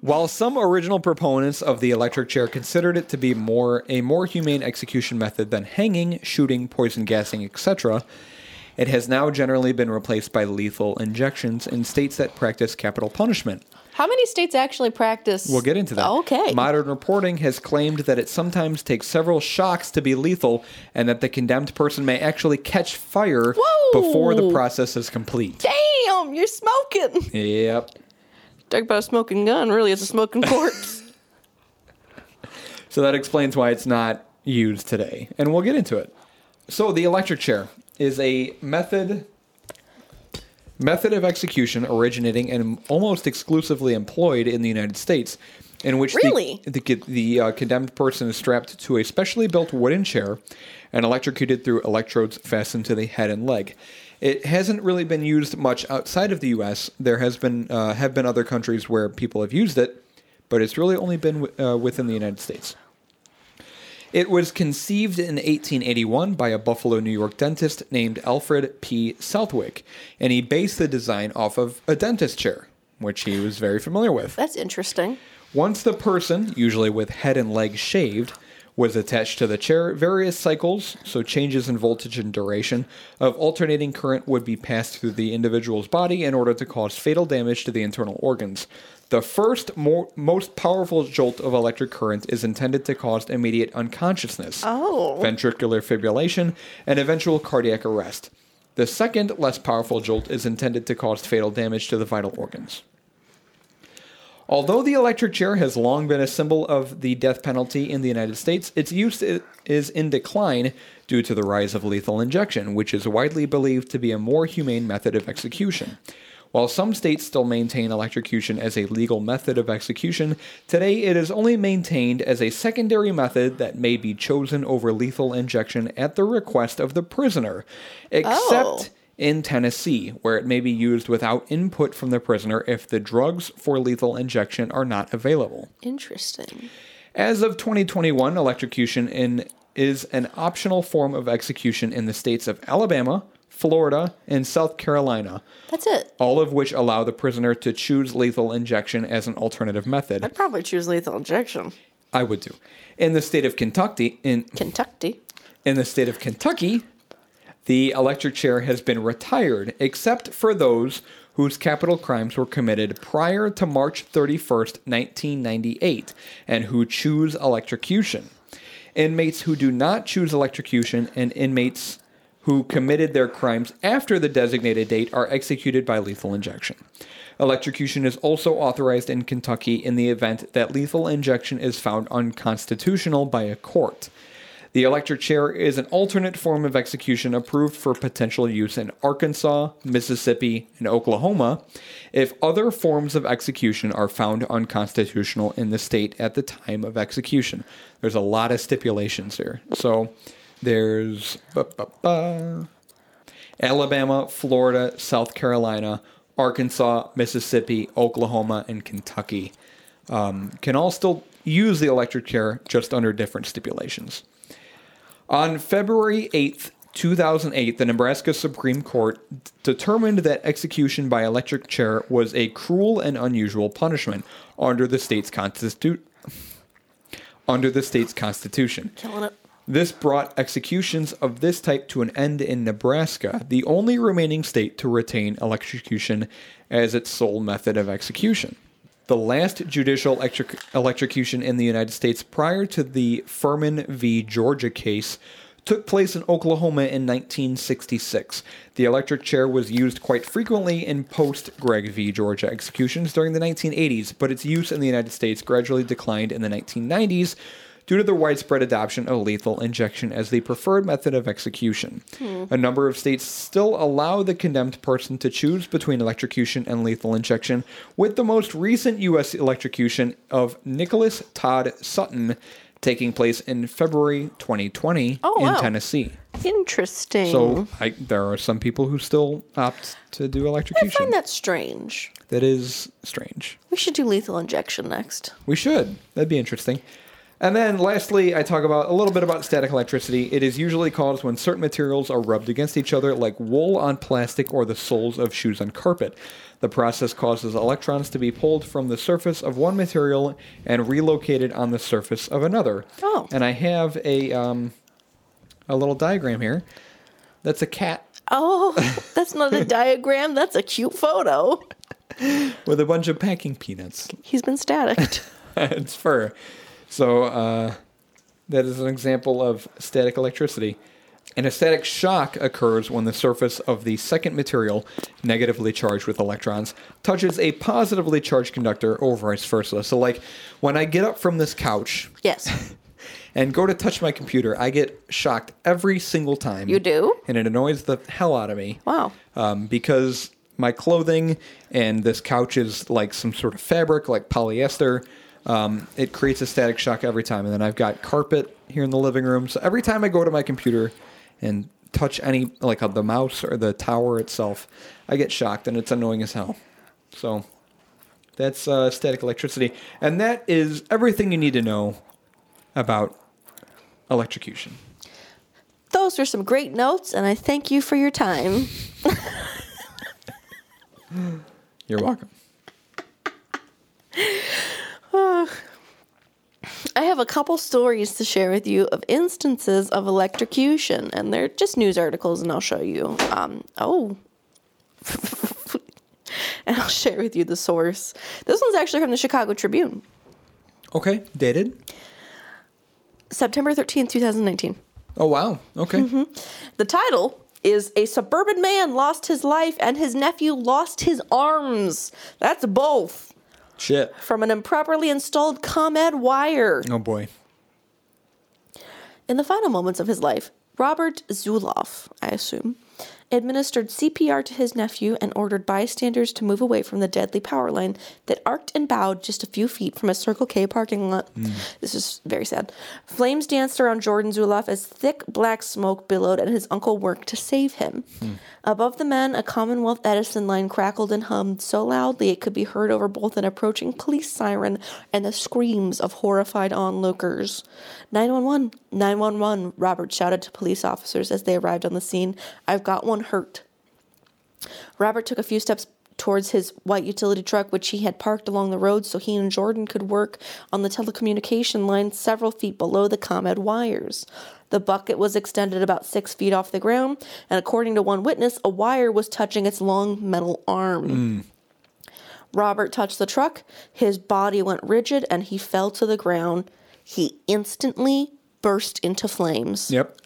While some original proponents of the electric chair considered it to be more a more humane execution method than hanging, shooting, poison gassing, etc., it has now generally been replaced by lethal injections in states that practice capital punishment. How many states actually practice? We'll get into that. Okay. Modern reporting has claimed that it sometimes takes several shocks to be lethal and that the condemned person may actually catch fire Whoa. before the process is complete. Damn, you're smoking. Yep. Talk about a smoking gun. Really, it's a smoking corpse. So that explains why it's not used today. And we'll get into it. So the electric chair is a method method of execution originating and almost exclusively employed in the United States in which the- Really? the, the, uh, condemned person is strapped to a specially built wooden chair and electrocuted through electrodes fastened to the head and leg. It hasn't really been used much outside of the U.S. There has been uh, have been other countries where people have used it, but it's really only been wi- uh, within the United States. It was conceived in 1881 by a Buffalo, New York dentist named Alfred P. Southwick, and he based the design off of a dentist chair, which he was very familiar with. That's interesting. Once the person, usually with head and legs shaved, was attached to the chair, various cycles, so changes in voltage and duration, of alternating current would be passed through the individual's body in order to cause fatal damage to the internal organs. The first, more, most powerful jolt of electric current is intended to cause immediate unconsciousness, Oh. ventricular fibrillation, and eventual cardiac arrest. The second, less powerful jolt is intended to cause fatal damage to the vital organs. Although the electric chair has long been a symbol of the death penalty in the United States, its use i- is in decline due to the rise of lethal injection, which is widely believed to be a more humane method of execution. While some states still maintain electrocution as a legal method of execution, today it is only maintained as a secondary method that may be chosen over lethal injection at the request of the prisoner, except Oh. in Tennessee, where it may be used without input from the prisoner if the drugs for lethal injection are not available. Interesting. As of 2021, electrocution in, is an optional form of execution in the states of Alabama, Florida, and South Carolina, That's it. all of which allow the prisoner to choose lethal injection as an alternative method. I'd probably choose lethal injection. I would do. In the state of Kentucky, in Kentucky. in the state of Kentucky, The electric chair has been retired, except for those whose capital crimes were committed prior to March 31st, 1998, and who choose electrocution. Inmates who do not choose electrocution and inmates who committed their crimes after the designated date are executed by lethal injection. Electrocution is also authorized in Kentucky in the event that lethal injection is found unconstitutional by a court. The electric chair is an alternate form of execution approved for potential use in Arkansas, Mississippi, and Oklahoma if other forms of execution are found unconstitutional in the state at the time of execution. There's a lot of stipulations here. So there's ba, ba, ba, Alabama, Florida, South Carolina, Arkansas, Mississippi, Oklahoma, and Kentucky um, can all still use the electric chair just under different stipulations. On February 8th, 2008, the Nebraska Supreme Court d- determined that execution by electric chair was a cruel and unusual punishment under the state's constitu- under the state's constitution. Killing it. This brought executions of this type to an end in Nebraska, the only remaining state to retain electrocution as its sole method of execution. The last judicial electric- electrocution in the United States prior to the Furman v. Georgia case took place in Oklahoma in 1966. The electric chair was used quite frequently in post Gregg v. Georgia executions during the 1980s, but its use in the United States gradually declined in the 1990s due to the widespread adoption of lethal injection as the preferred method of execution. A number of states still allow the condemned person to choose between electrocution and lethal injection, with the most recent U.S. electrocution of Nicholas Todd Sutton taking place in February 2020 Oh, in wow. Tennessee. Interesting. So I, there are some people who still opt to do I electrocution. find that strange. that is strange. We should do lethal injection next. We should. That'd be interesting. And then lastly, I talk about a little bit about static electricity. It is usually caused when certain materials are rubbed against each other, like wool on plastic or the soles of shoes on carpet. The process causes electrons to be pulled from the surface of one material and relocated on the surface of another. Oh. And I have a um, a little diagram here. That's a cat Oh, that's not a diagram. That's a cute photo. with a bunch of packing peanuts. He's been staticked. its fur. So uh, that is an example of static electricity. And a static shock occurs when the surface of the second material, negatively charged with electrons, touches a positively charged conductor or vice versa. So, like when I get up from this couch Yes. and go to touch my computer, I get shocked every single time. You do? And it annoys the hell out of me Wow. um, because my clothing and this couch is like some sort of fabric, like polyester. Um, it creates a static shock every time. And then I've got carpet here in the living room. So every time I go to my computer and touch any, like uh, the mouse or the tower itself, I get shocked and it's annoying as hell. So that's uh, static electricity. And that is everything you need to know about electrocution. Those were some great notes, and I thank you for your time. You're welcome. I have a couple stories to share with you of instances of electrocution, and they're just news articles, and I'll show you. Um, oh. and I'll share with you the source. This one's actually from the Chicago Tribune, Okay. Dated? September 13th, 2019. Oh, wow. Okay. Mm-hmm. The title is A Suburban Man Lost His Life and His Nephew Lost His Arms. That's both Shit. from an improperly installed ComEd wire. Oh boy. In the final moments of his life, Robert Zuloff, I assume, administered CPR to his nephew and ordered bystanders to move away from the deadly power line that arced and bowed just a few feet from a Circle K parking lot. This is very sad. Flames danced around Jordan Zuloff as thick black smoke billowed and his uncle worked to save him. Above the men, a Commonwealth Edison line crackled and hummed so loudly it could be heard over both an approaching police siren and the screams of horrified onlookers. 911, 911, Robert shouted to police officers as they arrived on the scene. I've got one hurt. Robert took a few steps towards his white utility truck, which he had parked along the road so he and Jordan could work on the telecommunication line several feet below the ComEd wires. The bucket was extended about six feet off the ground, and according to one witness, a wire was touching its long metal arm. Robert touched the truck, his body went rigid, and he fell to the ground. He instantly burst into flames. Yep.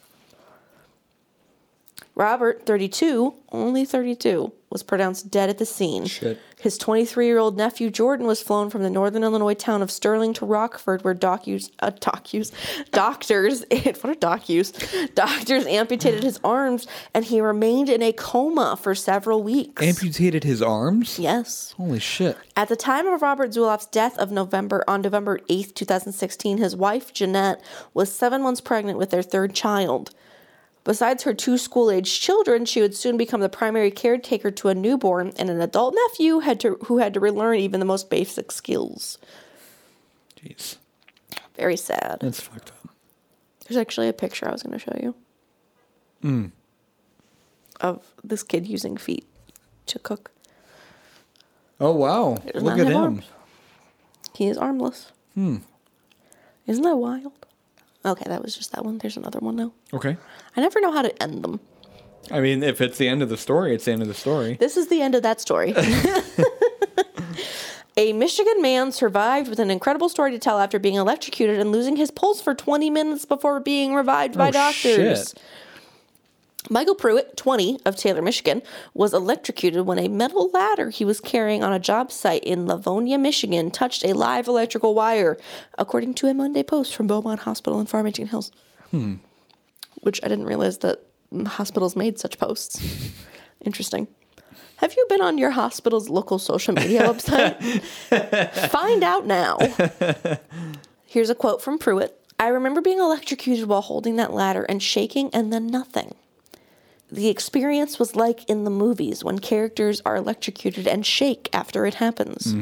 Robert, 32, only 32, was pronounced dead at the scene. Shit. His 23 year old nephew Jordan was flown from the northern Illinois town of Sterling to Rockford, where docus, uh, docus, doctors, what are docus? Doctors amputated his arms and he remained in a coma for several weeks. Amputated his arms. yes. Holy shit. At the time of Robert Zuloff's death of November on November 8th, 2016, his wife Jeanette was 7 months pregnant with their third child. Besides her two school-aged children, she would soon become the primary caretaker to a newborn and an adult nephew had to, who had to relearn even the most basic skills. Jeez. Very sad. That's fucked up. There's actually a picture I was going to show you. Of this kid using feet to cook. Oh wow. does Look at not have him. arms. He is armless. Hmm. Isn't that wild? Okay, that was just that one. There's another one now. Okay. I never know how to end them. I mean, if it's the end of the story, it's the end of the story. This is the end of that story. A Michigan man survived with an incredible story to tell after being electrocuted and losing his pulse for 20 minutes before being revived by Oh, doctors. shit. Michael Pruitt, 20, of Taylor, Michigan, was electrocuted when a metal ladder he was carrying on a job site in Livonia, Michigan, touched a live electrical wire, according to a Monday post from Beaumont Hospital in Farmington Hills. Hmm. Which I didn't realize that mm, hospitals made such posts. Interesting. Have you been on your hospital's local social media website? Find out now. Here's a quote from Pruitt I remember being electrocuted while holding that ladder and shaking, and then nothing. The experience was like in the movies when characters are electrocuted and shake after it happens.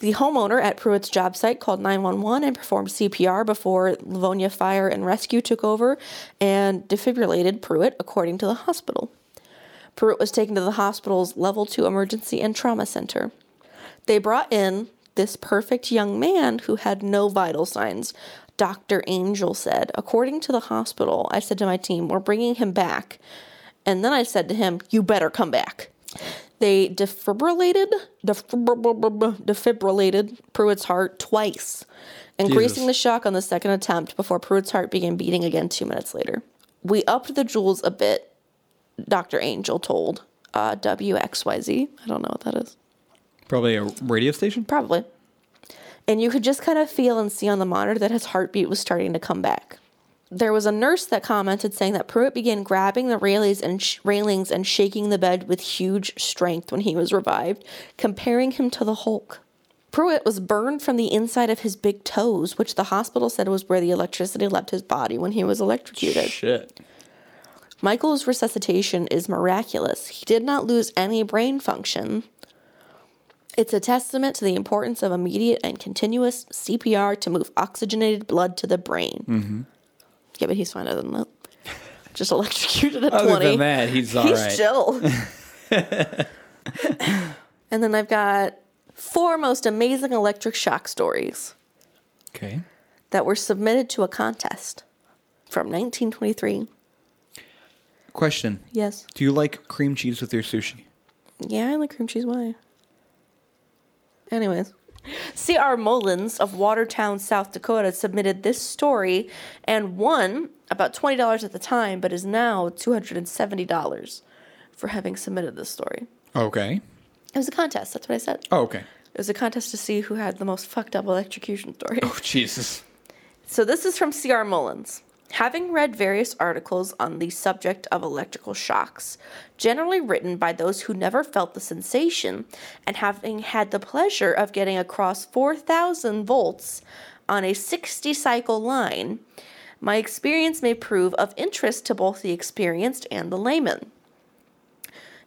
The homeowner at Pruitt's job site called 911 and performed CPR before Livonia Fire and Rescue took over and defibrillated Pruitt, according to the hospital. Pruitt was taken to the hospital's level two emergency and trauma center. They brought in this perfect young man who had no vital signs. Dr. Angel said, according to the hospital, I said to my team, we're bringing him back. And then I said to him, you better come back. They defibrillated, defibrillated, defibrillated Pruitt's heart twice, increasing Jesus. the shock on the second attempt before Pruitt's heart began beating again two minutes later. We upped the joules a bit Dr. Angel told uh, WXYZ. I don't know what that is. Probably a radio station. Probably. And you could just kind of feel and see on the monitor that his heartbeat was starting to come back. There was a nurse that commented saying that Pruitt began grabbing the railings and sh- railings and shaking the bed with huge strength when he was revived, comparing him to the Hulk. Pruitt was burned from the inside of his big toes, which the hospital said was where the electricity left his body when he was electrocuted. Shit. Michael's resuscitation is miraculous. He did not lose any brain function. It's a testament to the importance of immediate and continuous CPR to move oxygenated blood to the brain. Mm-hmm. Yeah, but he's fine other than that. Just electrocuted at Other 20. than that, he's all he's right. chill. and then I've got four most amazing electric shock stories okay. that were submitted to a contest from 1923. Question: Yes. Do you like cream cheese with your sushi? Yeah, I like cream cheese. Why? Anyways. C.R. Mullins of Watertown, South Dakota submitted this story and won about $20 at the time, but is now $270 for having submitted this story. Okay. It was a contest, that's what I said. Oh, okay. It was a contest to see who had the most fucked up electrocution story. Oh Jesus. So this is from C.R. Mullins. Having read various articles on the subject of electrical shocks, generally written by those who never felt the sensation, and having had the pleasure of getting across 4,000 volts on a 60 cycle line, my experience may prove of interest to both the experienced and the layman.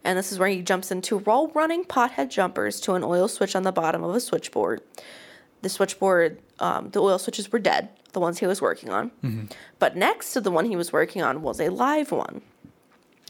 And this is where he jumps into roll running pothead jumpers to an oil switch on the bottom of a switchboard the switchboard, um, the oil switches were dead, the ones he was working on. But next to the one he was working on was a live one.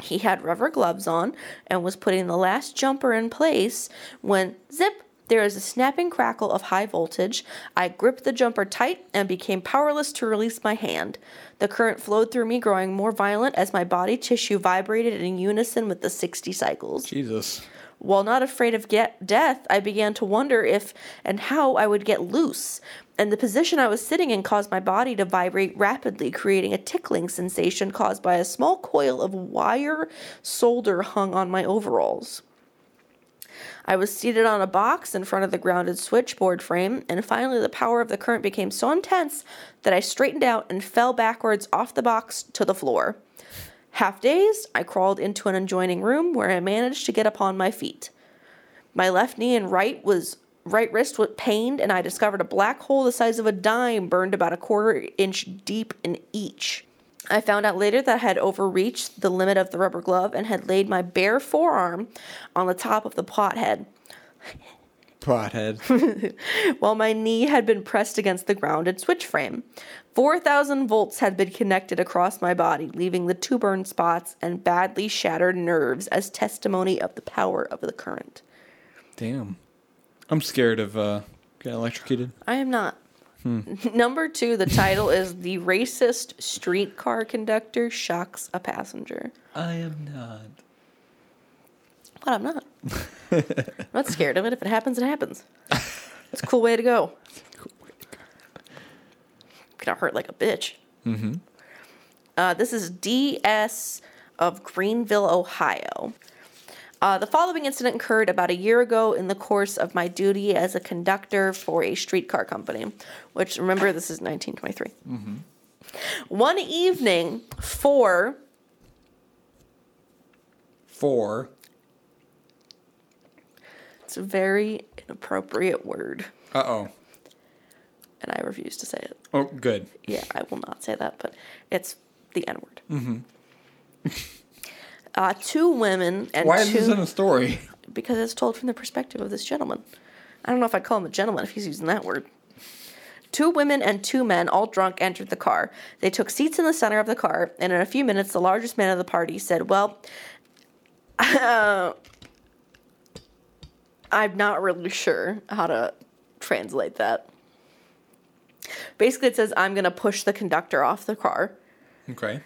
He had rubber gloves on and was putting the last jumper in place when zip, there is a snapping crackle of high voltage. I gripped the jumper tight and became powerless to release my hand. The current flowed through me, growing more violent as my body tissue vibrated in unison with the 60 cycles. Jesus. While not afraid of get death, I began to wonder if and how I would get loose, and the position I was sitting in caused my body to vibrate rapidly, creating a tickling sensation caused by a small coil of wire solder hung on my overalls. I was seated on a box in front of the grounded switchboard frame, and finally the power of the current became so intense that I straightened out and fell backwards off the box to the floor. Half dazed, I crawled into an adjoining room where I managed to get upon my feet. My left knee and right was right wrist was pained, and I discovered a black hole the size of a dime burned about a quarter inch deep in each. I found out later that I had overreached the limit of the rubber glove and had laid my bare forearm on the top of the pothead, Pothead. while my knee had been pressed against the grounded switch frame. 4,000 volts had been connected across my body, leaving the two burn spots and badly shattered nerves as testimony of the power of the current. Damn. I'm scared of uh, getting electrocuted. I am not. Number two, the title is The Racist Streetcar Conductor Shocks a Passenger. I am not. But I'm not. I'm not scared of it. If it happens, it happens. It's a cool way to go. Gonna hurt like a bitch. Mm-hmm. Uh, this is DS of Greenville, Ohio. Uh, the following incident occurred about a year ago in the course of my duty as a conductor for a streetcar company, which remember this is 1923. One evening, four Four. It's a very inappropriate word, Uh oh. and I refuse to say it. Oh, good. Yeah, I will not say that, but it's the N word. uh, two women and Mm-hmm. Why is two this in a story? because it's told from the perspective of this gentleman. I don't know if I'd call him a gentleman if he's using that word. Two women and two men, all drunk, entered the car. They took seats in the center of the car, and in a few minutes, the largest man of the party said, Well, I'm not really sure how to translate that. Basically, it says, I'm going to push the conductor off the car. Okay.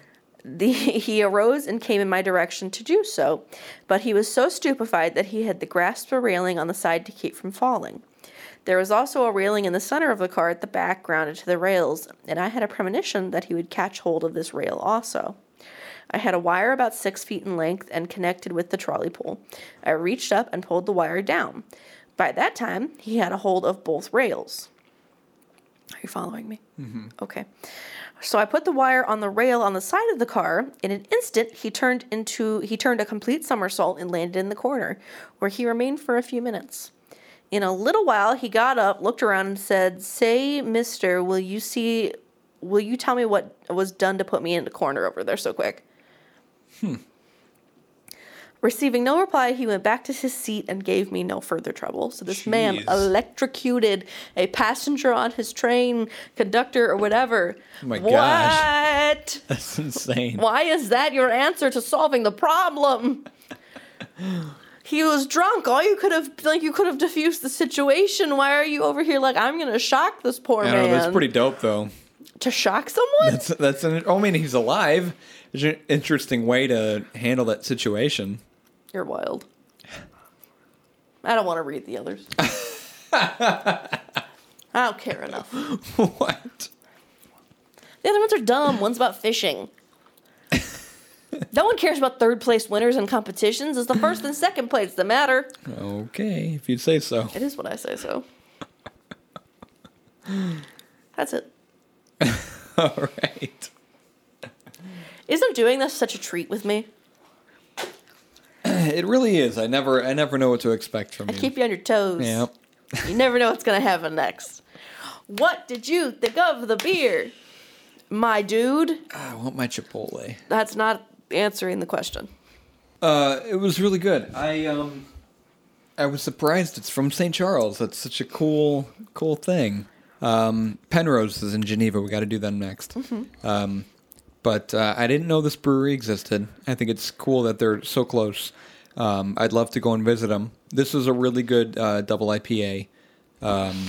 The, he arose and came in my direction to do so, but he was so stupefied that he had to grasp a railing on the side to keep from falling. There was also a railing in the center of the car at the back, grounded to the rails, and I had a premonition that he would catch hold of this rail also. I had a wire about six feet in length and connected with the trolley pole. I reached up and pulled the wire down. By that time, he had a hold of both rails. Are you following me? Mm-hmm. Okay. So I put the wire on the rail on the side of the car. In an instant, he turned into he turned a complete somersault and landed in the corner, where he remained for a few minutes. In a little while, he got up, looked around, and said, "Say, Mister, will you see? Will you tell me what was done to put me in the corner over there so quick?" Receiving no reply, he went back to his seat and gave me no further trouble. So this man Jeez. electrocuted a passenger on his train, conductor or whatever. Oh my what? gosh. That's insane. Why is that your answer to solving the problem? he was drunk. All you could have like you could have diffused the situation. Why are you over here like I'm gonna shock this poor I man? don't know. That's pretty dope, though. to shock someone? That's that's an. Oh, I mean, he's alive. It's an interesting way to handle that situation. You're wild. I don't want to read the others. I don't care enough. what? The other ones are dumb. One's about fishing. no one cares about third place winners in competitions. It's the first and second place that matter. Okay, if you'd say so. It is what I say so. That's it. All right. Isn't doing this such a treat with me? It really is. I never, I never know what to expect from I you. keep you on your toes. yeah. You never know what's gonna happen next. What did you think of the beer? My dude, Ah, I want my Chipotle. that's not answering the question. Uh, it was really good. I um, I was surprised. It's from St. Charles. That's such a cool, cool thing. Um, Penrose is in Geneva. We got to do them next. Um, But uh, I didn't know this brewery existed. I think it's cool that they're so close. Um, I'd love to go and visit them. This is a really good uh, double IPA. Um,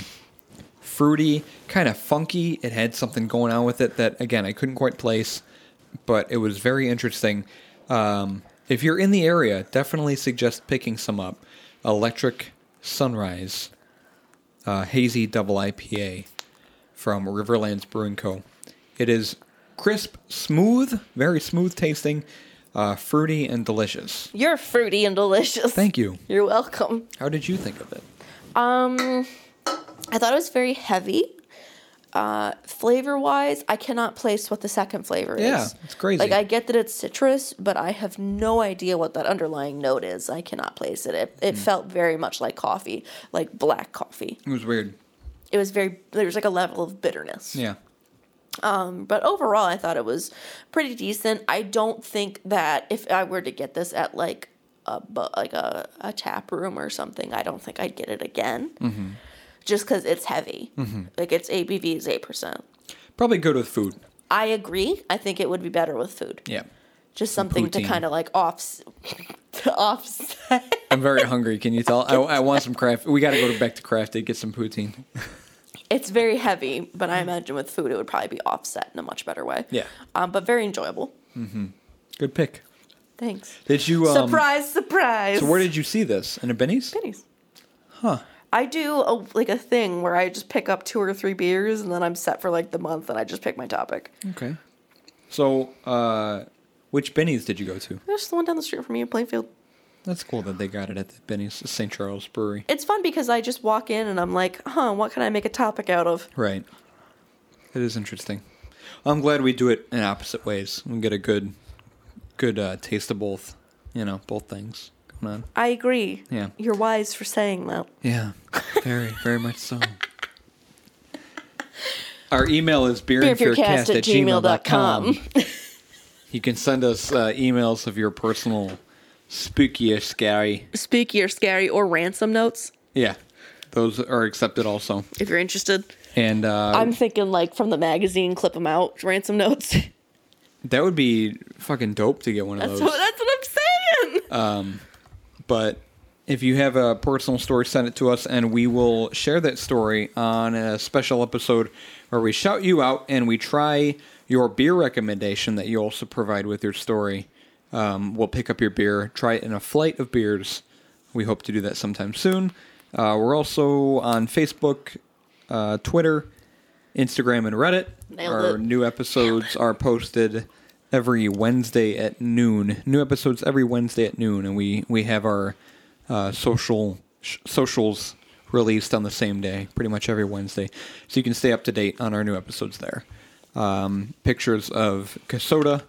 fruity, kind of funky. It had something going on with it that, again, I couldn't quite place, but it was very interesting. Um, if you're in the area, definitely suggest picking some up. Electric Sunrise uh, Hazy Double IPA from Riverlands Brewing Co. It is crisp, smooth, very smooth tasting, uh, fruity, and delicious. You're fruity and delicious. Thank you. You're welcome. How did you think of it? Um, I thought it was very heavy. Uh, flavor wise, I cannot place what the second flavor Yeah, is. it's crazy. Like I get that it's citrus, but I have no idea what that underlying note is. I cannot place it. It, Mm. it felt very much like coffee, like black coffee. It was weird. It was very there was like a level of bitterness. Yeah. But overall, I thought it was pretty decent. I don't think that if I were to get this at like a bu- like a, a tap room or something, I don't think I'd get it again. Mm-hmm. Just because it's heavy, Mm-hmm. like its ABV is eight percent. Probably good with food. I agree. I think it would be better with food. Yeah. Just something to poutine. kind of like off to offset. I'm very hungry. Can you tell? I, I want some craft. We got to go back to crafted, get some poutine. It's very heavy, but I imagine with food it would probably be offset in a much better way. Yeah. Um, but very enjoyable. Good pick. Thanks. Did you. Um, surprise! Surprise! So, where did you see this? In a Benny's? pennies. Huh. I do a, like a thing where I just pick up two or three beers and then I'm set for like the month and I just pick my topic. Okay. So, uh, which Benny's did you go to? There's the one down the street from me in Plainfield. That's cool that they got it at the Benny's St. Charles Brewery. It's fun because I just walk in and I'm like, huh, what can I make a topic out of? Right. It is interesting. I'm glad we do it in opposite ways. We get a good, good uh, taste of both. You know, both things going on. I agree. Yeah. You're wise for saying that. Yeah, very, very much so. Our email is beerandfearcast at gmail.com. you can send us uh, emails of your personal spooky or scary. Spooky or scary or ransom notes Yeah, those are accepted also. if you're interested. And uh, I'm thinking like from the magazine, clip them out, ransom notes. that would be fucking dope to get one of that's, those. what, that's what I'm saying. but if you have a personal story, send it to us, and we will share that story on a special episode where we shout you out and we try your beer recommendation that you also provide with your story. Um, we'll pick up your beer, try it in a flight of beers. We hope to do that sometime soon. Uh, we're also on Facebook, uh, Twitter, Instagram, and Reddit. Nailed Our it. new episodes are posted every Wednesday at noon. New episodes every Wednesday at noon, and we we have our uh, social sh- socials released on the same day, pretty much every Wednesday, so you can stay up to date on our new episodes there. Um, pictures of Casoda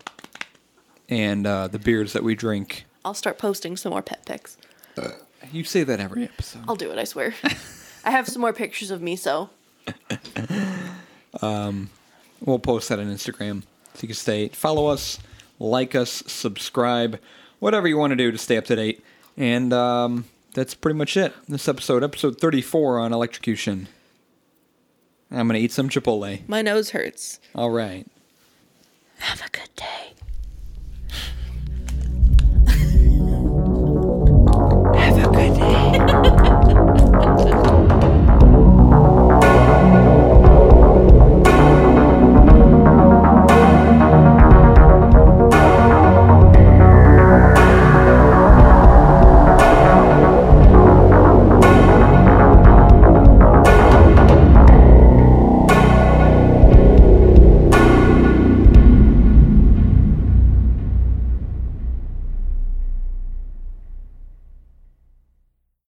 and uh, the beers that we drink. I'll start posting some more pet pics. You say that every episode. I'll do it, I swear. I have some more pictures of me, so We'll post that on Instagram. So you can stay, follow us, like us, subscribe, whatever you want to do to stay up to date. And um, that's pretty much it. This episode, episode 34 on electrocution. I'm going to eat some Chipotle. my nose hurts. All right. Have a good day. have a good day.